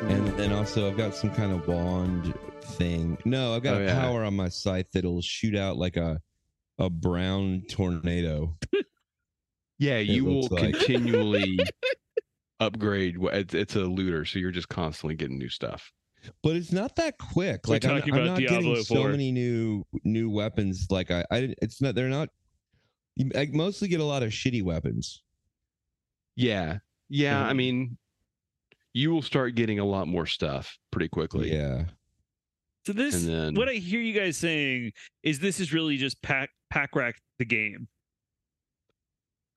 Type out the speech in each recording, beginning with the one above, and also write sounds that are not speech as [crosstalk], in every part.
Mm-hmm. also, I've got some kind of wand thing. No, I've got Oh, a yeah. power on my scythe that'll shoot out like a a brown tornado. Yeah, you will looks like. [laughs] continually upgrade. wh- It's, it's a looter, so you're just constantly getting new stuff. But it's not that quick. We're like I'm, talking I'm about not Diablo getting so 4. many new new weapons. Like I, I, didn't- it's not. They're not. I mostly get a lot of shitty weapons. Yeah, yeah. I Mhm. mean, you will start getting a lot more stuff pretty quickly. Yeah. So this, And then- what I hear you guys saying is this is really just pack pack rack the game,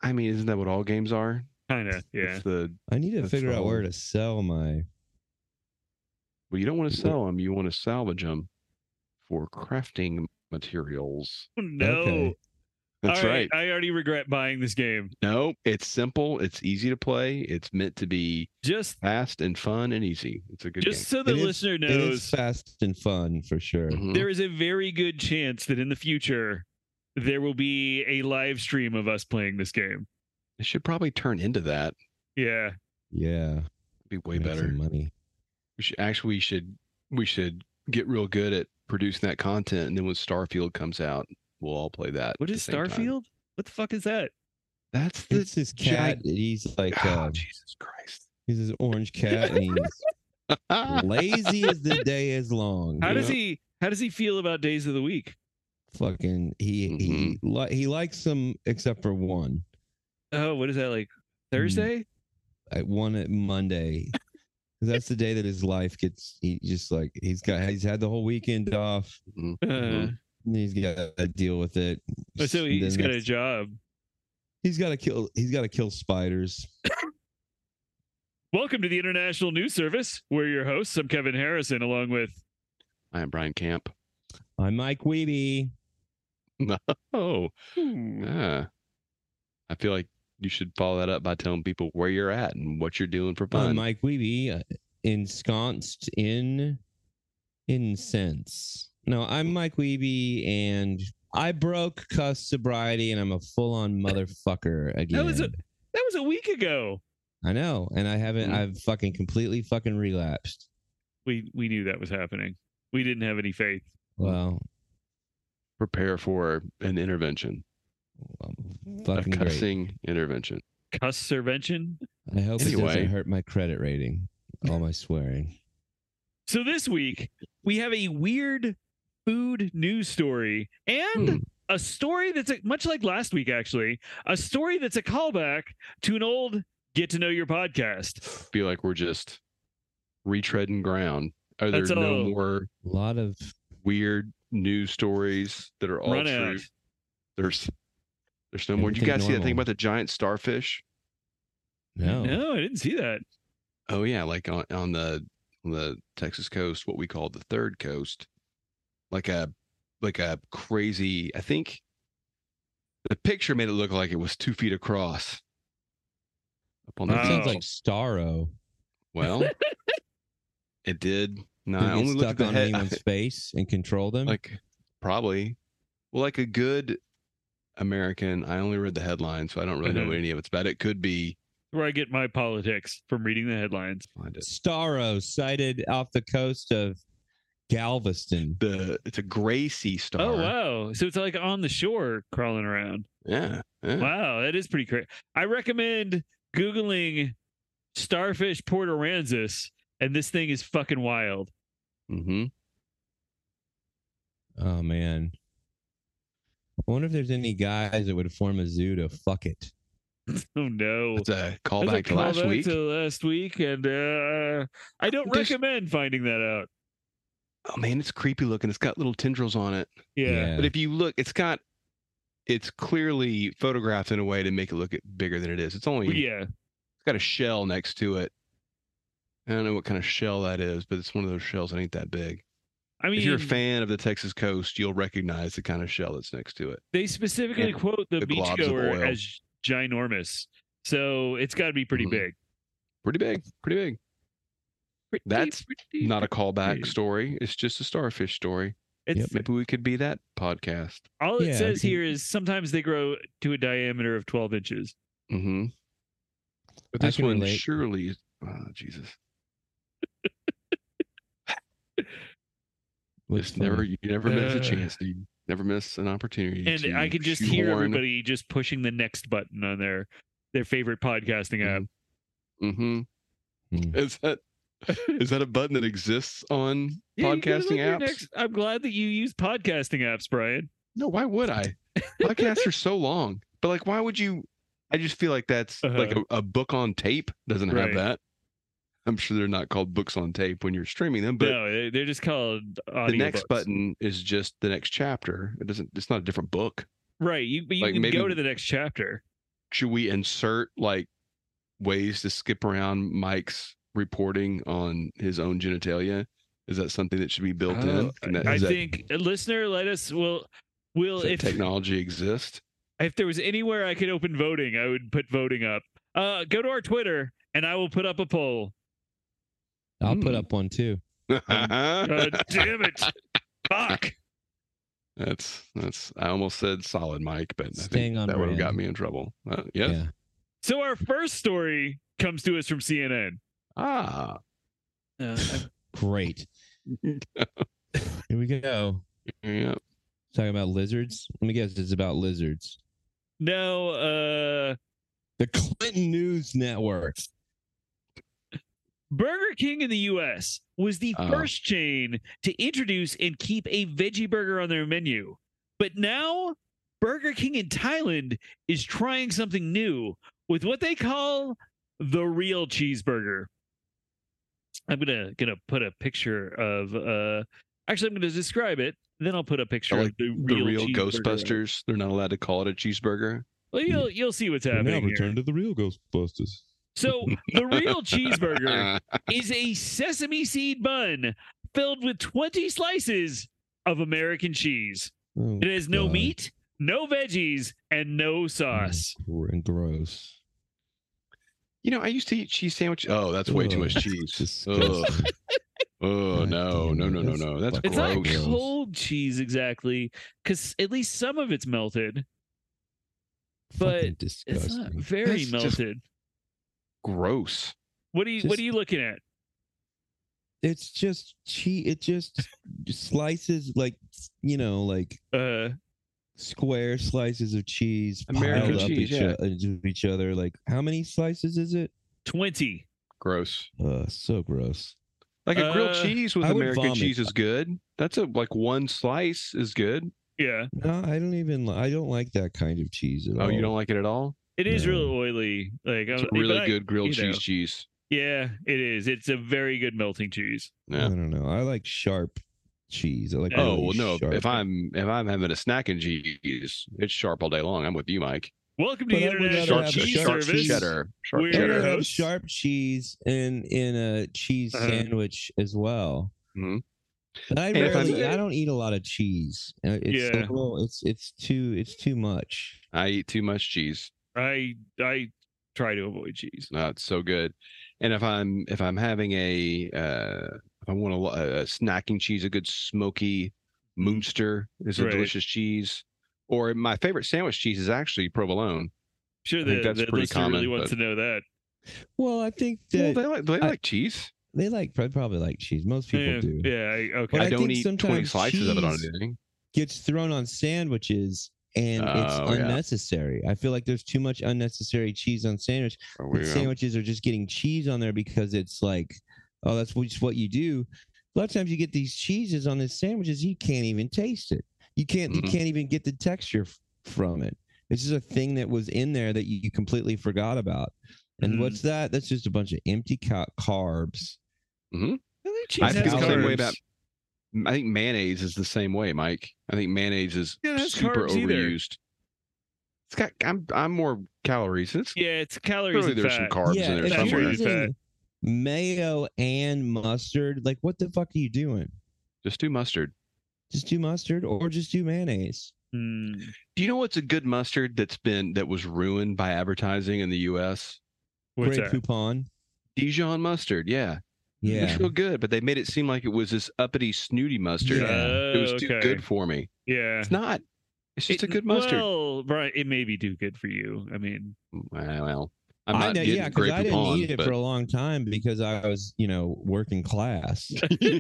I mean, isn't that what all games are? kind of. [laughs] Yeah. It's the I need to That's figure out all. where to sell my. well, you don't want to sell them. You want to salvage them for crafting materials. Oh, No. Okay. That's All right. I already regret buying this game. No, it's simple. It's easy to play. It's meant to be Just fast and fun and easy. It's a good just so the It is- listener It is knows, fast and fun for sure. game. Mhm. there is a very good chance that in the future there will be a live stream of us playing this game. It should probably turn into that. Yeah. Yeah. Be way make better. some money. We should actually we should we should get real good at producing that content, and then when Starfield comes out, we'll all play that. What at the is same time. Starfield? What the fuck is that? That's the It's his cat. giant- he's like, oh, uh, Jesus [laughs] Christ! Ah, he's his orange cat, and he's lazy as the day is long. How does Yeah. he how does he feel about days of the week? fucking he he Mm-hmm. li- he likes them except for one. Oh, what is that like? Hmm. Thursday? I one at Monday. [laughs] 'Cause That's the day that his life gets. He just like he's got. He's had the whole weekend off. Mhm, Uh, mhm. And he's got to deal with it. but Uh, Oh, so And he's then got a that's- job. He's got to kill. He's got to kill spiders. Welcome to the International News Service. We're your hosts. I'm Kevin Harrison, along with I am Brian Camp. I'm Mike Weeby. Oh, hmm, yeah. I feel like you should follow that up by telling people where you're at and what you're doing for I'm fun. Mike Weeby, uh, ensconced in incense. No, I'm Mike Weeby, and I broke cuss sobriety, and I'm a full-on [laughs] motherfucker again. was a- that was a week ago. I know, and I haven't. Mm. I've fucking completely fucking relapsed. We we knew that was happening. We didn't have any faith. Hmm. Well, Prepare for an intervention, um, a fucking great. cussing intervention. Cuss intervention. I hope it Anyway. doesn't hurt my credit rating. All my swearing. So this week we have a weird food news story and Hmm. a story that's a, much like last week, actually, a story that's a callback to an old get to know your podcast. Be like we're just retreading ground. Are there That's no all. more A lot of weird news stories that are all Run true? out. There's there's no more. Did you guys Everything see that thing normal. about the giant starfish? no. No, I didn't see that. Oh yeah, like on, on the on the Texas coast, what we call the third coast, like a like a crazy. I think the picture made it look like it was two feet across. Up on the Wow. It top. sounds like Starro. [laughs] well, it did. No, I Did it get only looked at stuck the on head. anyone's [laughs] face and control them. Mm-hmm. like probably well like a good american i only read the headline so i don't really know Mhm. what any of it's about it could be Where I get my politics from reading the headlines. find it Starro sighted off the coast of Galveston. the it's a gray sea star Oh wow! So it's like on the shore crawling around. yeah, yeah. Wow, that is pretty crazy. I recommend googling starfish Port Aransas, and this thing is fucking wild. [laughs] Mm-hmm. Oh man. I wonder if there's any guys that would form a zoo to fuck it. Oh no! it's a That's a callback to last callback week to last week, and uh, I don't There's- recommend finding that out. oh man it's creepy looking it's got little tendrils on it Yeah, but if you look it's got it's clearly photographed in a way to make it look it- bigger than it is it's only yeah. it's got a shell next to it i don't know what kind of shell that is but it's one of those shells that ain't that big I mean, if you're a fan of the Texas coast, you'll recognize the kind of shell that's next to it. they specifically and quote the, the globs of beachgoer oil. as ginormous, so it's got to be pretty Mhm. big. Pretty big, pretty big. Pretty, That's pretty Not a big. callback story. It's just a starfish story. It's Maybe we could be that podcast. all it Yeah, says I mean- here is sometimes they grow to a diameter of twelve inches. Mm-hmm. But I this can one relate. surely, is- oh, Jesus. Looks Just never, fun. you never miss a Uh. chance. dude. You never miss an opportunity. and to I could just hear shoehorn- everybody just pushing the next button on their their favorite podcasting Mm-hmm. app. Mhm. Mm. Is that is that a button that exists on Yeah, you gotta podcasting look at your apps? next- I'm glad that you use podcasting apps, Brian. No, why would I? Podcasts are so long, but like, why would you? I just feel like that's like Uh-huh. a, a book on tape doesn't Right. have that. I'm sure they're not called books on tape when you're streaming them, but no, they- they're just called the next audiobooks. button is just the next chapter. It doesn't. It's not a different book. right? You, but you Like, can maybe- go to the next chapter. Should we insert like ways to skip around Mike's reporting on his own genitalia? Is that something that should be built in? Oh, Can that- I is that- think a listener, let us. Will will does that if technology exist? if there was anywhere I could open voting, I would put voting up. Uh, go to our Twitter, and I will put up a poll. I'll put Mm. up one too. [laughs] Uh, damn it! Fuck. That's that's. I almost said solid, Mike, but I Staying think on that would have got brand. me in trouble. Uh, yes. Yeah. So our first story comes to us from CNN. Ah. [laughs] Great. Here we go. Yeah. Talking about lizards. Let me guess. It's about lizards. no, uh, The Clinton News Network. Burger King in the U.S. was the Oh. first chain to introduce and keep a veggie burger on their menu, but now Burger King in Thailand is trying something new with what they call the real cheeseburger. I'm gonna gonna put a picture of. uh Actually, I'm gonna describe it. Then I'll put a picture Like of the The real, real cheeseburger. Ghostbusters. They're not allowed to call it a cheeseburger. Well, you'll you'll see what's now happening. Here. return to the real Ghostbusters. So [laughs] the real cheeseburger Ah, is a sesame seed bun filled with 20 slices of American cheese. Oh, It has no God. meat, no veggies, and no Mm. sauce. oh, Gr- Gross. you know, I used to eat cheese sandwich. Oh, that's way too Ugh. much cheese. Ugh. Disgusting. Oh God no, damn no, it, no, no, that's no. That's fucking It's gross. not Gross. cold cheese exactly, because at least some of it's melted. But Fucking It's not disgusting. very That's Mm. just- melted. gross. What are you What just- are you looking at? it's just cheese. It just slices like you know, like Uh, square slices of cheese piled American up cheese, each, yeah. o- into each other. Like how many slices is it? twenty. Gross. Uh, so gross. Like a grilled Uh, cheese with I would American vomit. cheese is good. That's a like one slice is good. Yeah, No, I don't even. li- I don't like that kind of cheese at all. Oh, you don't like it at all? it is No. really oily. Like It's I'm- a but really I- good grilled you know. cheese cheese. Yeah, it is. It's a very good melting cheese. I Yeah. don't know. I like sharp cheese. I like. Oh well, really no. sharp. If I'm if I'm having a snack and cheese, it's sharp all day long. I'm with you, Mike. Welcome to But I would International rather Sharp, have Cheese cheese, sharp sharp Service. cheddar, sharp We're- I'd rather cheddar. have Yes. sharp cheese in in a cheese Uh-huh. sandwich as well. Mhm. But I And if I'm- rarely. I don't eat a lot of cheese. Uh, It's Yeah. so little- it's it's too it's too much. I eat too much cheese. I I try to avoid cheese. No, it's so good. And if I'm if I'm having a uh if I want a, lo- a snacking cheese, a good smoky Moonster is a Right. delicious cheese. Or my favorite sandwich cheese is actually provolone. Sure, I think the, that's the pretty listener really common, wants but- to know that. Well, I think Well, that they like they I- like cheese. they like they probably like cheese. Most people yeah, do. yeah, I, okay. But I, I don't think eat twenty sometimes slices of it on cheese- anything. Gets thrown on sandwiches and Oh, it's yeah. unnecessary. I feel like there's too much unnecessary cheese on sandwich. Or that we- Sandwiches are just getting cheese on there because it's like, oh, that's what- just what you do. A lot of times you get these cheeses on these sandwiches, you can't even taste it. You can't Mhm. you can't even get the texture f- from it. It's just a thing that was in there that you you completely forgot about. And Mhm. Mm-hmm. what's that? That's just a bunch of empty ca- carbs. Really, cheese I think has feel the same way carbs. about. I think mayonnaise is the same way, Mike. I think mayonnaise is Yeah, it has super carbs either. overused. It's got I'm I'm more calories. and It's Yeah, it's calories clearly and there's some fat. carbs in there if you're that's somewhere. true. using Mayo and mustard. Like, what the fuck are you doing? Just do mustard. Just do mustard or just do mayonnaise. Mm. Do you know what's a good mustard that's been that was ruined by advertising in the U.S.? What's Great that? coupon. Dijon mustard, yeah, It [laughs] Yeah. was real good, but they made it seem like it was this uppity, snooty mustard. Yeah. It was Oh, too okay. good for me. Yeah. It's not. It's just It- a good mustard. Well, Well, right, it may be too good for you. I mean, well, I'm I not know, getting yeah, because grape I didn't poupon, eat it but- for a long time because I was, you know, working class. yeah.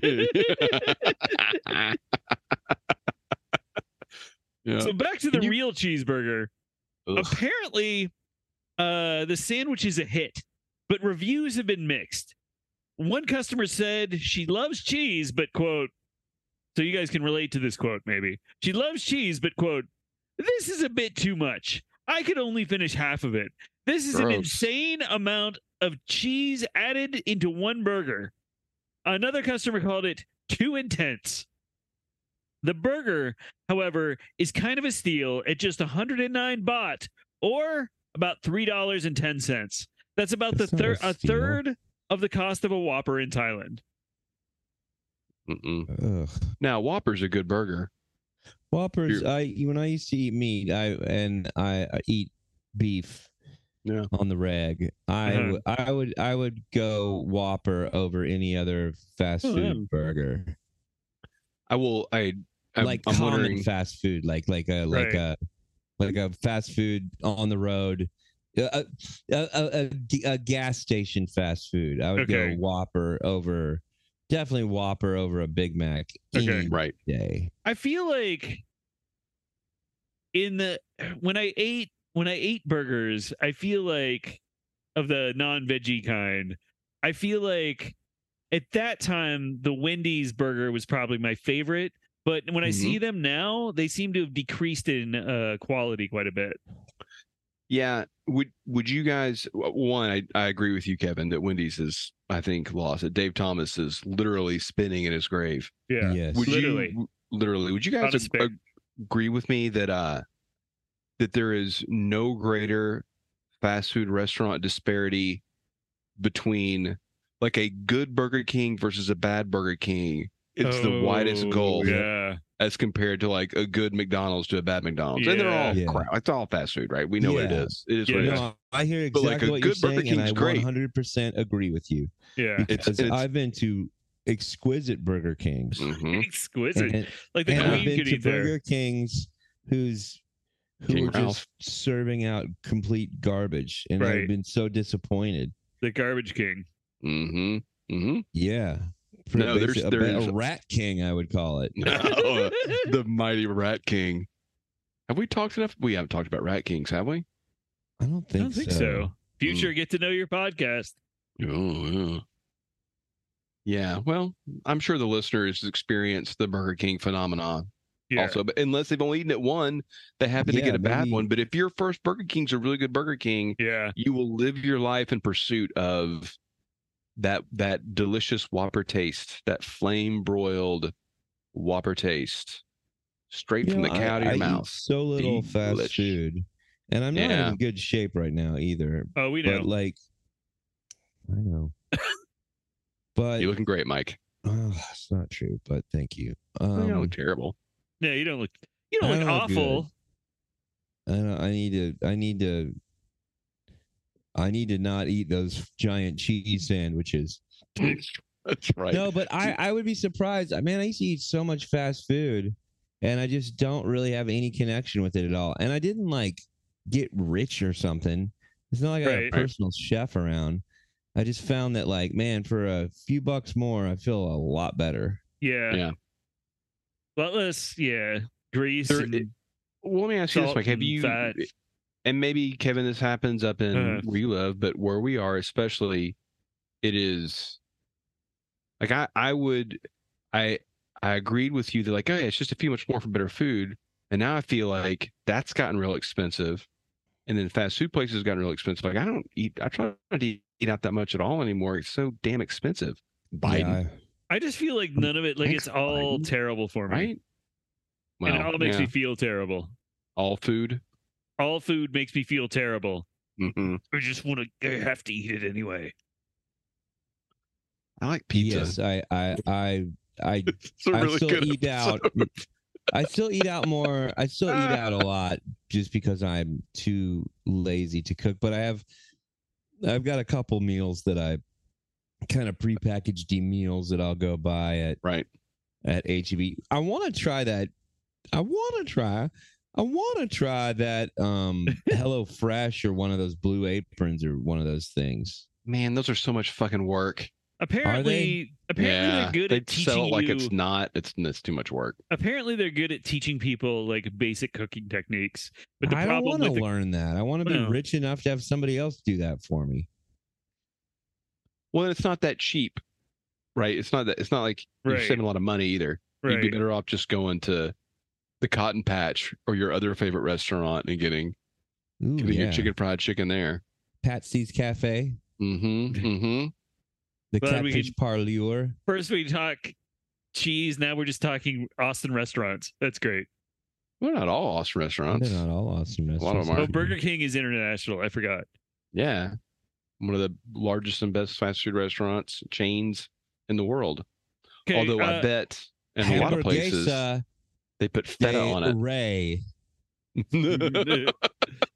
So back to the Uh, Can you- real cheeseburger. Ugh. Apparently, uh, the sandwich is a hit, but reviews have been mixed. One customer said she loves cheese, but quote, so you guys can relate to this quote maybe. She loves cheese, but quote, this is a bit too much. I could only finish half of it. This is an Gross. insane amount of cheese added into one burger. Another customer called it too intense. The burger, however, is kind of a steal at just 109 baht or about $3.10. That's about That's the not a third a, steal. third of the cost of a Whopper in Thailand. Mm-mm. Ugh. Now Whopper's a good burger. Whoppers. Here. I when I used to eat meat, I and I, I eat beef. Yeah. On the reg, I Uh-huh. would- I would I would go Whopper over any other fast Oh, food yeah. burger, I will. I. I like I'm common wondering. fast food, like like a like Right. a like a fast food on the road, a a, a, a, a gas station fast food. I would Okay. go Whopper over, definitely Whopper over a Big Mac any Okay. Right. day. I feel like in the [sighs] when I ate when I ate burgers, I feel like of the non-veggie kind, I feel like at that time the Wendy's burger was probably my favorite. But when I Mhm. Mm-hmm. see them now, they seem to have decreased in uh, quality quite a bit. Yeah. Would Would you guys? w- One, I, I agree with you, Kevin, that Wendy's is I think lost. That Dave Thomas is literally spinning in his grave. Yeah. Yes. Would Literally. you literally? Would you Not guys a ag- spit. ag- agree with me that uh that there is no greater fast food restaurant disparity between like a good Burger King versus a bad Burger King? It's the widest Oh, goal Yeah. as compared to like a good McDonald's to a bad McDonald's, and they're all Yeah. Yeah. crap. It's all fast food, right? We know what it Yeah. is. It is what Yeah. it is. No, I hear But, exactly like, a what you're good Burger saying, and I King's great. 100% agree with you. [laughs] Yeah. It's- Because it's- I've been to exquisite Burger Kings, Mhm. Exquisite. and, like the and I've queen been could to eat there. Burger Kings who's who King are Ralph. just serving out complete garbage, and Right. I've been so disappointed. The garbage king. Mhm. [laughs] Mhm. Yeah, No, there's- basi- a, there's- a rat king, I would call it. No, [laughs] the mighty Rat King. Have we talked enough? We haven't talked about Rat Kings, have we? I don't think, I Mm. don't think so. Future, get to know your podcast. Oh, yeah. Yeah. Well, I'm sure the listeners experienced the Burger King phenomenon Yeah. also, but unless they've only eaten it one, they happen to Yeah, get a bad maybe- one. But if your first Burger King's a really good Burger King, yeah. you will live your life in pursuit of that that delicious Whopper taste, that flame broiled Whopper taste, straight You from the know, cow I- to your I eat mouth. so little fast Delish. food, and I'm not Yeah. in good shape right now either. Oh, we know. but like I know. but You're looking great, Mike. oh, it's not true, but thank you. Oh, you Um, look terrible. [laughs] No, you don't look. You don't I look don't look awful. I don't, I need to I need to I need to not eat those giant cheese sandwiches. That's right. No, but I I would be surprised. I Man, I used to eat so much fast food and I just don't really have any connection with it at all. And I didn't like get rich or something. It's not like I have Right. a Right. personal chef around. I just found that like, man, for a few bucks more, I feel a lot better. Yeah. Yeah. But let's, yeah. Grease. There- and- it- Well, let me ask you this, Salt Mike. Have and you, fat. and maybe Kevin, this happens up in Uh-huh. where you live, but where we are, especially, it is like I, I would, I, I agreed with you that like, oh yeah, it's just a few much more for better food, and now I feel like that's gotten real expensive, and then fast food places have gotten real expensive. Like I don't eat, I try not to eat out that much at all anymore. It's so damn expensive. Biden, Yeah, I just feel like none of it, like it's Thanks, all Biden. terrible for me. right? and it all makes yeah, me feel terrible. all food. All food makes me feel terrible. hmm I just want to have to eat it anyway. I like pizza. yes, I I I I It's a I really still good eat out. episode. I still eat out more. I still eat [laughs] out a lot just because I'm too lazy to cook. But I have, I've got a couple meals that I kind of prepackaged the meals that I'll go buy at E Right. at HEB. I want to try that. I want to try I want to try that [laughs] um Hello Fresh or one of those blue aprons or one of those things. Man, those are so much fucking work. Apparently, apparently they're good they at teaching sell it like you. it's not. It's it's too much work. Apparently, they're good at teaching people like basic cooking techniques. But the I don't problem want to with the, learn that. I want to be No. rich enough to have somebody else do that for me. Well, and it's not that cheap, right? It's not that. It's not like right, you're saving a lot of money either. You'd be right. better off just going to the Cotton Patch or your other favorite restaurant and getting Ooh, getting yeah. your chicken fried chicken there. Patsy's Cafe, [laughs] Mm-hmm. Mm-hmm. the Glad we Catfish could- Parleur. First, we talk cheese. Now we're just talking Austin restaurants. That's great. Well, not all Austin restaurants. They're not all awesome A lot of restaurants. them Oh, are. Burger King is international. I forgot. Yeah. One of the largest and best fast food restaurants chains in the world. Okay, Although I uh, bet in a lot of places Hamburguesa they put feta de on Ray. it. [laughs] [laughs]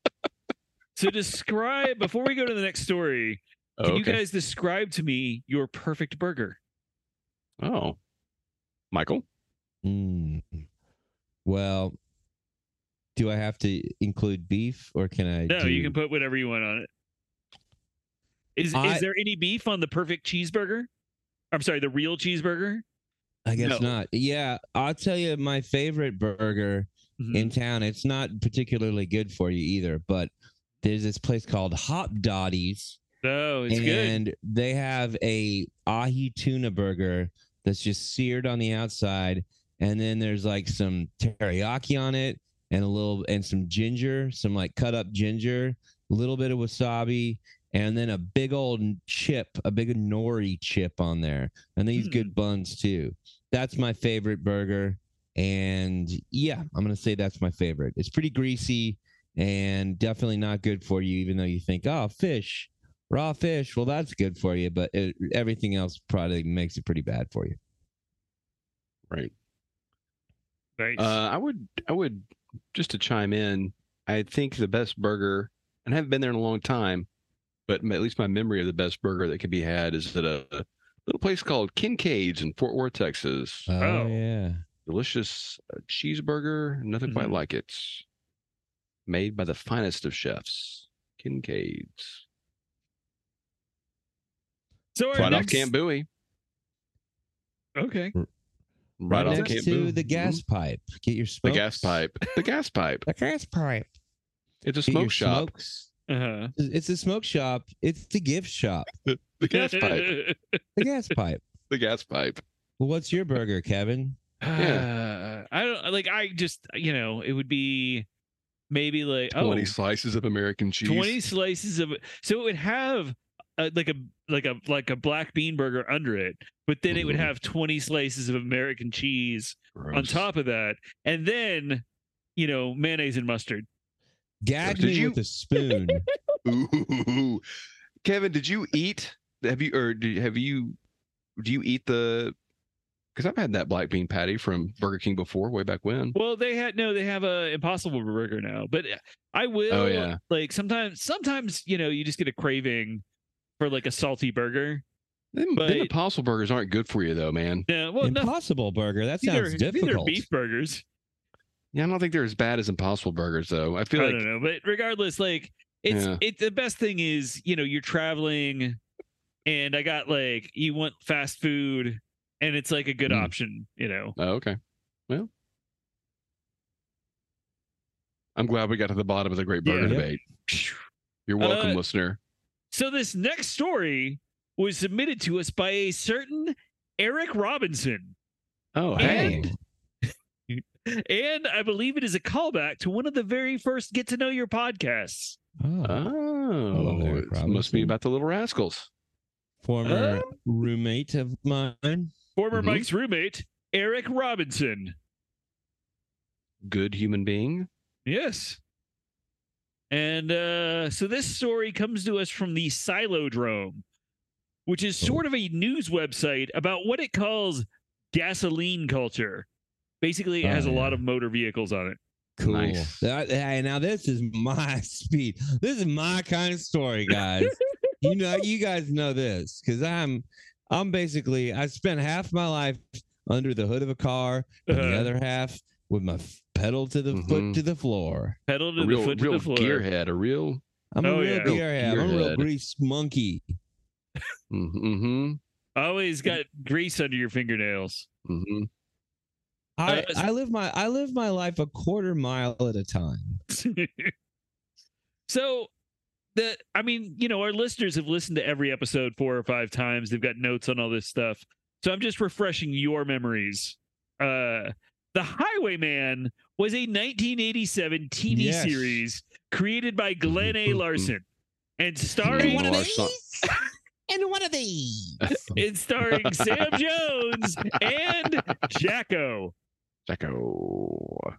so describe before we go to the next story. Can you Oh, okay. guys describe to me your perfect burger? Oh. Michael? Mm. Well, do I have to include beef or can I? No, you do- can put whatever you want on it. Is I- is there any beef on the perfect cheeseburger? I'm sorry, the real cheeseburger. I guess No. not. Yeah, I'll tell you my favorite burger Mhm. in town. It's not particularly good for you either, but there's this place called Hop Dotties, No, Mm-hmm. Oh, it's good. and they have a ahi tuna burger that's just seared on the outside, and then there's like some teriyaki on it, and a little and some ginger, some like cut up ginger, a little bit of wasabi. And then a big old chip, a big nori chip on there, and these Hmm. good buns too that's my favorite burger. And yeah, I'm gonna say that's my favorite. It's pretty greasy and definitely not good for you, even though you think, oh, fish, raw fish. Well, that's good for you, but it, everything else probably makes it pretty bad for you. Right. Nice. Uh, I would, I would just to chime in. I think the best burger, and I haven't been there in a long time, but m- at least my memory of the best burger that can be had is at a little place called Kincaid's in Fort Worth, Texas. Oh. yeah. Delicious uh, cheeseburger, nothing quite Mhm. like it. Made by the finest of chefs, Kincaid's. so our Right off next, Camp Bowie. okay. Right, off next Camp to Bowie. the gas Mhm. pipe. Get your The smokes. gas pipe. The gas pipe. The gas pipe. It's a Get your smoke shop. smokes. Uh-huh. It's a smoke shop. It's the gift shop. The gas pipe. [laughs] The gas pipe. The gas pipe. Well, what's your burger, Kevin? Uh, I don't like. I just you know it would be maybe like oh, 20 slices of American cheese. 20 slices of so it would have uh like a like a like a black bean burger under it but then it would Mhm. Mm. have 20 slices of american cheese on Gross. top of that and then you know mayonnaise and mustard Gag Did me you- with a spoon. [laughs] Ooh. Kevin, did you eat? Have you or do, have you? Do you eat the? Because I've had that black bean patty from Burger King before, way back when. well they had no they have a impossible burger now but uh, Oh, i will yeah. like sometimes sometimes you know you just get a craving for like a salty burger Them, them But- Impossible burgers aren't good for you though, man. no [laughs] well no Impossible burger. That these are- sounds these are difficult. beef burgers Yeah, I don't think they're as bad as Impossible burgers though. I feel I like don't know, but regardless, like it's Yeah. it. The best thing is you know you're traveling, and I got like you want fast food, and it's like a good Mm. option. You know, Oh, okay. Well, I'm glad we got to the bottom of the great burger Yeah. Yep. debate. You're welcome, Uh, listener. so this next story was submitted to us by a certain Eric Robinson, Oh, hey. and- [laughs] and I believe it is a callback to one of the very first Get to Know Your podcasts. Oh, Oh, Eric it must Robinson. be about the Little Rascals. former roommate of mine. Former Mhm. Mike's roommate Eric Robinson. Good human being. Yes. And uh, so this story comes to us from the Silodrome, which is Oh. sort of a news website about what it calls gasoline culture. Basically, it Oh, has a lot yeah. of motor vehicles on it. Cool. Nice. That- hey, now this is my [laughs] speed. This is my kind of story, [laughs] guys. you know, you guys know this because I'm, I'm basically I spent half my life under the hood of a car, and the Uh-huh. Mm-hmm. other half with my f- pedal to the foot Mhm. to the floor. Pedal to A real, the foot to real the floor. gearhead, a real. I'm a Oh, real yeah. gearhead. I'm a real Gearhead. grease monkey. Mm-hmm. Always Oh, got grease under your fingernails. Mm-hmm. I, Uh, I live my I live my life a quarter mile at a time. [laughs] so the I mean, you know, our listeners have listened to every episode four or five times. They've got notes on all this stuff. So I'm just refreshing your memories. Uh The Highwayman was a 1987 TV Yes. series created by Glenn A. Larson and Hey, starring one of Lars Son- and one [laughs] of these. and starring Sam Jones and Jacko. Jacko.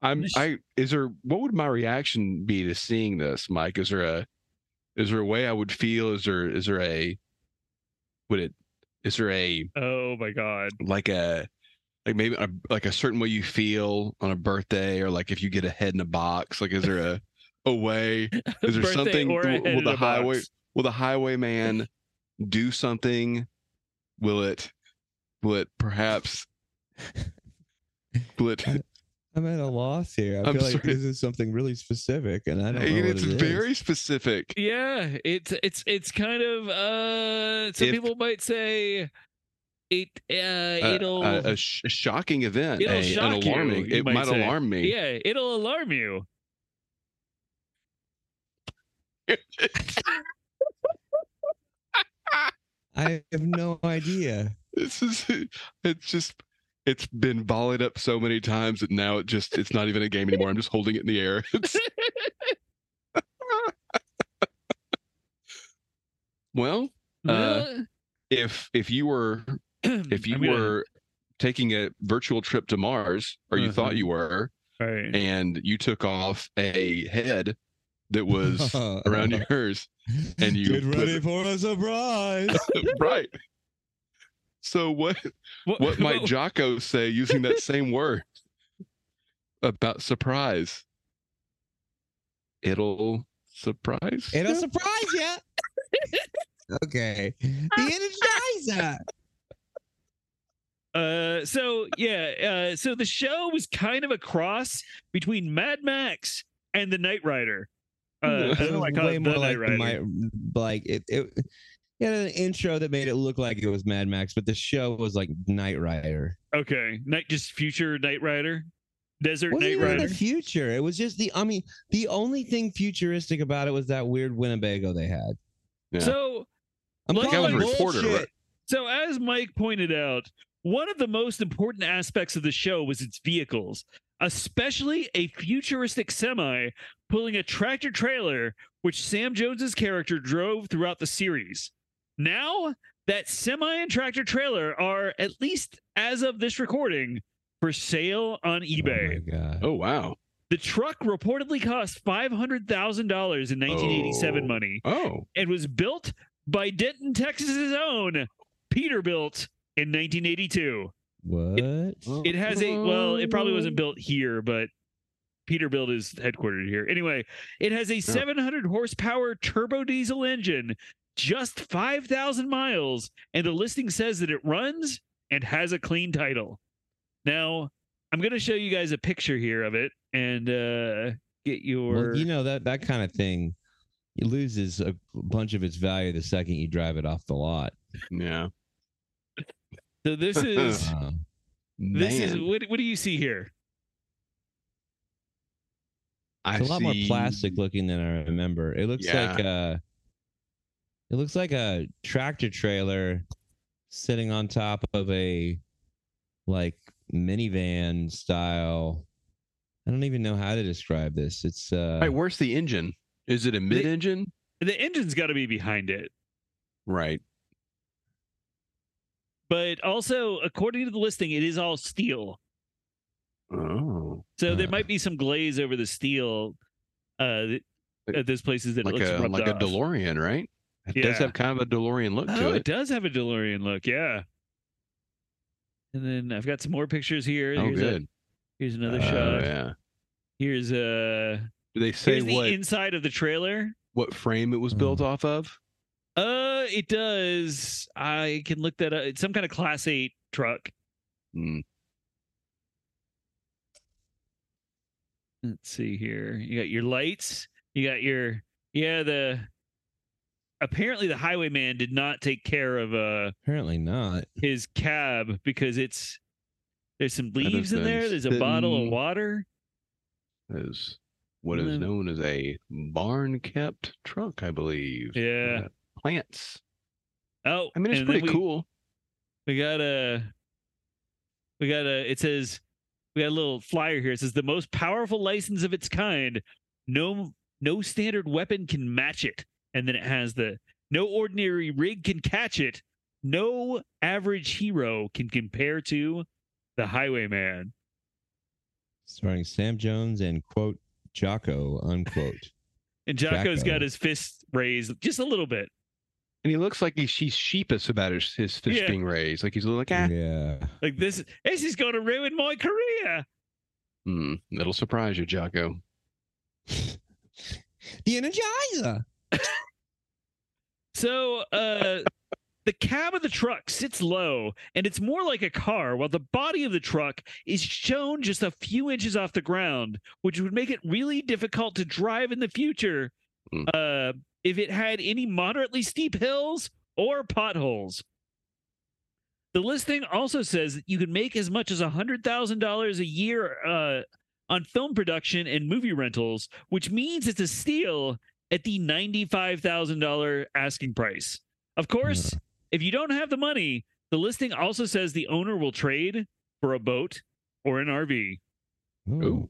I'm Mish- I is there what would my reaction be to seeing this, Mike? Is there a is there a way I would feel? Is there is there a would it is there a Oh my God. like a like maybe a, like a certain way you feel on a birthday or like if you get a head in a box? Like is there a a way is there Birthday something or [laughs] a will, head will in the a highway box. will the highwayman do something? Will it will it perhaps will it I'm at a loss here. I I'm feel like sorry. this is something really specific, and I don't know. And what it's it is. very specific. uh, Yeah, it's it's it's kind of uh some If- people might say it uh, A- it'll a, a sh- a shocking event, It'll a- shock an you, alarming. you it might might, say. alarm me. yeah, it'll alarm you. I have no idea. This is it's just it's been volleyed up so many times that now it just it's not even a game anymore. I'm just holding it in the air. [laughs] It's- well, Uh, if if you were [clears throat] if you I'm gonna- were taking a virtual trip to Mars, or you Uh-huh. thought you were, all right. and you took off a head that was around yours, [laughs] [laughs] and you get put ready it- for a surprise. [laughs] right. So what What, what [laughs] [laughs] might Jocko say using that same word about surprise? It'll surprise. It'll surprise you. [laughs] okay, the energizer. Uh, so yeah, uh, so the show was kind of a cross between Mad Max and The Knight Rider. Hmm, Uh, I It don't know why [laughs] I was call way it more The like Knight Rider. the Mi- like it. it it had an intro that made it look like it was Mad Max, but the show was like Knight Rider. Okay, Night just future Knight Rider, Desert Wasn't Knight even in Rider. the future. It was just the. I mean, the only thing futuristic about it was that weird Winnebago they had. Yeah. So I'm Like, I calling was a reporter, bullshit. right? So, as Mike pointed out, one of the most important aspects of the show was its vehicles, especially a futuristic semi pulling a tractor trailer, which Sam Jones's character drove throughout the series. Now, that semi and tractor trailer are, at least as of this recording, for sale on Oh my eBay. God. Oh wow. the truck reportedly cost $500,000 in 1987 Oh. money Oh. and was built by Denton, Texas's own Peterbilt in 1982. What? It has a well, it probably Oh. wasn't built here, but Peterbilt is headquartered here. Anyway, it has a 700 horsepower turbo diesel engine, just 5,000 miles, and the listing says that it runs and has a clean title. Now, I'm going to show you guys a picture here of it and uh get your Well, you know that that kind of thing it loses a bunch of its value the second you drive it off the lot. Yeah. [laughs] So this is Um, this is Man, what what do you see here? I it's a lot more see- plastic looking than I remember. It looks like a it looks like a tractor trailer sitting on top of a like minivan style. I don't even know how to describe this. It's uh Right, where's the engine? Is it a mid-engine? the engine's got to be behind it. Right. But also, according to the listing, it is all steel. Oh. So there Uh. might be some glaze over the steel uh, th- Like- at those places that Like it looks a rubbed like a off. DeLorean, right? It Yeah. does have kind of a DeLorean look Oh, to it. it. does have a DeLorean look, yeah. And then I've got some more pictures here. Oh here's, a- good. here's another Oh, shot. Yeah. Here's uh, Do they say here's the what inside of the trailer. what frame it was Mm. built off of? Uh, it does. I can look that up. It's some kind of Class Eight truck. Mm. Let's see here. You got your lights. You got your yeah. The apparently the highwayman did not take care of uh Apparently not. his cab because it's there's some is leaves them in there. There's a bottle of spitting- water. That is what is Mm. known as a barn kept truck, I believe. Yeah. Uh, Plants. Oh, I mean, it's and then pretty we- cool. We got a, we got a. It says we got a little flyer here. It says the most powerful license of its kind. No, no standard weapon can match it. And then it has the no ordinary rig can catch it. No average hero can compare to the Highwayman. Starring Sam Jones and quote Jocko unquote. And Jocko's Jocko. got his fist raised just a little bit. And he looks like he's she's sheepish about his, his fish Yeah. being raised. Like he's a little like, ah, yeah. Like this, this is going to ruin my career. hmm, that'll surprise you, Jocko. The Energizer. So uh the cab of the truck sits low and it's more like a car while the body of the truck is shown just a few inches off the ground, which would make it really difficult to drive in the future Mm. uh if it had any moderately steep hills or potholes. The listing also says that you can make as much as $100,000 a year uh, on film production and movie rentals, which means it's a steal at the $95,000 asking price. Of course, if you don't have the money, the listing also says the owner will trade for a boat or an RV. Ooh.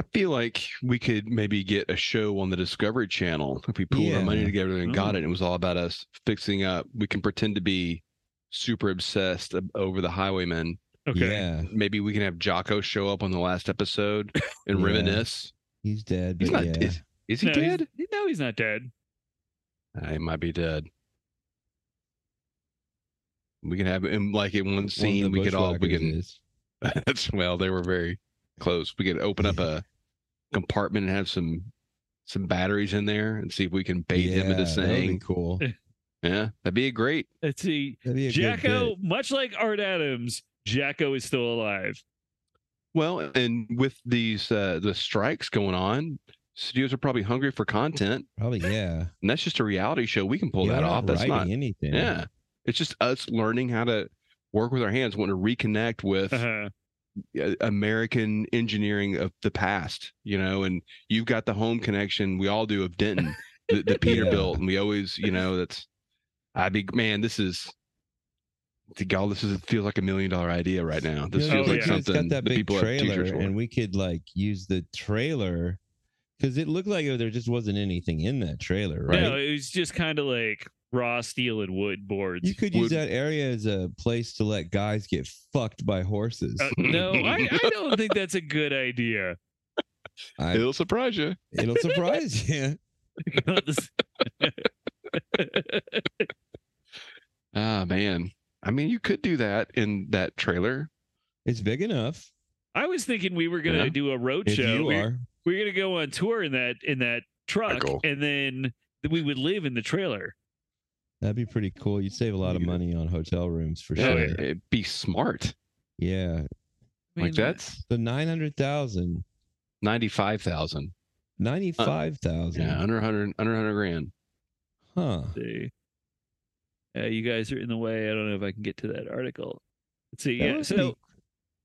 I feel like we could maybe get a show on the Discovery Channel if we pooled our money Yeah. together and Oh. got it. and It was all about us fixing up. We can pretend to be super obsessed ab- over the highwaymen. Okay. Yeah. Maybe we can have Jocko show up on the last episode and [laughs] Yeah. reminisce. He's dead. He's but not yeah. is, is he no, he's- dead? no, he's not dead. I might be dead. We can have him like in one scene. One of the we could all we Bushwhackers can. is. [laughs] That's well, they were very close. We could open up a compartment and have some some batteries in there and see if we can bait him into Yeah, that would be saying, cool. "Yeah, that'd be a great." Let's see. That'd be a good Jacko, bit. much like Art Adams, Jacko is still alive. Well, and with these uh the strikes going on, studios are probably hungry for content, Probably Oh, yeah. and that's just a reality show. We can pull Yeah, that we're off. not That's not. writing anything. Yeah, it's just us learning how to work with our hands, wanting to reconnect [laughs] with. Uh-huh. uh, American engineering of the past, you know, and you've got the home connection we all do of Denton, the, [laughs] the Peterbilt, and we always, you know, that's I'd be man, this is to y'all, this is feels like a million dollar idea right now. This Yeah, feels oh, like yeah. It's got something that the big people have trailer, t-shirts for. and we could like use the trailer because it looked like there just wasn't anything in that trailer, right? No, it was just kind of like raw steel and wood boards. You could use Would- that area as a place to let guys get fucked by horses. Uh, no, I, [laughs] I don't think that's a good idea. [laughs] I- It'll surprise you. [laughs] it'll surprise you. Ah man. I mean, you could do that in that trailer. It's big enough. I was thinking we were gonna Yeah. do a road If show. you We- are, we're gonna go on tour in that in that truck, Michael. and then we would live in the trailer. that'd be pretty cool. You'd save a lot of Yeah. money on hotel rooms for Yeah, sure. it- it'd be smart. Yeah. I mean, like that's So 900,000, ninety-five thousand. 95,000. Yeah, under hundred under hundred grand. Huh. let's see. Uh, you guys are in the way. I don't know if I can get to that article. Let's see. That yeah. would So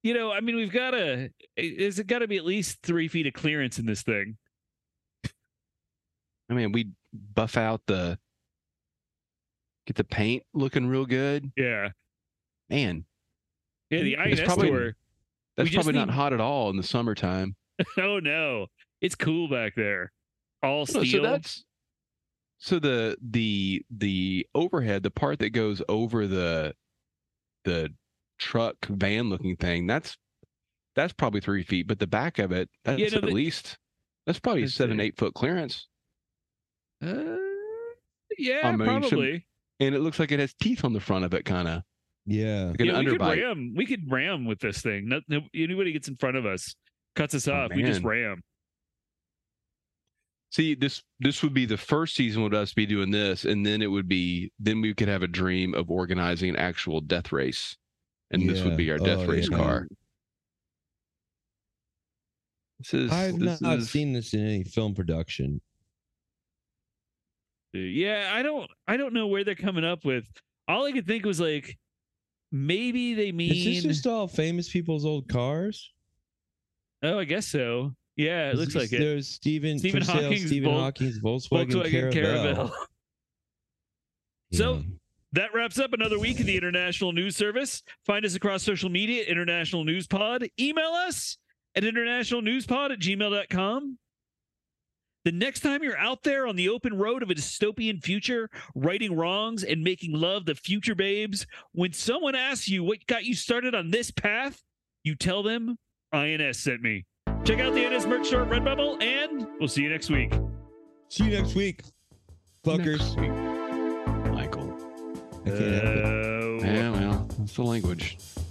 you know, I mean, we've got to. Is it got to be at least three feet of clearance in this thing? I mean, we buff out the get the paint looking real good. Yeah. Man, Yeah. The It's INS probably- tour. [laughs] that's We just probably not need- hot at all in the summertime. Oh no, it's cool back there. All Oh, No, steel. so that's so the the the overhead, the part that goes over the the truck van looking thing, that's that's probably three feet, but the back of it, that's no, at but- least that's probably Let's seven, see. eight foot clearance. Uh, yeah, I mean, some- probably. And it looks like it has teeth on the front of it, kinda. Yeah. Like an Yeah, we could underbite. ram. We could ram with this thing. No, no, anybody gets in front of us, cuts us Oh, off. we just man. ram. See, this this would be the first season would us be doing this, and then it would be then we could have a dream of organizing an actual death race, and this would Yeah. be our death Oh, race yeah. car. This is I've this not is- seen this in any film production. Uh, Yeah, I don't I don't know where they're coming up with. All I could think was like maybe they Is mean this just all famous people's old cars? Oh, I guess so. Yeah, it looks like it. There's Stephen Stephen for sale, Hawking's Stephen Vol- Hawking's Volkswagen, Volkswagen Caravelle. Caravelle. So- Yeah. That wraps up another week of the International News Service. Find us across social media, at International News Pod. Email us at internationalnewspod at gmail.com. The next time you're out there on the open road of a dystopian future, righting wrongs and making love the future babes, when someone asks you what got you started on this path, you tell them INS sent me. Check out the INS merch store at Redbubble, and we'll see you next week. See you next week, fuckers. Michael. I can't help it. Uh, Yeah, well, that's the language.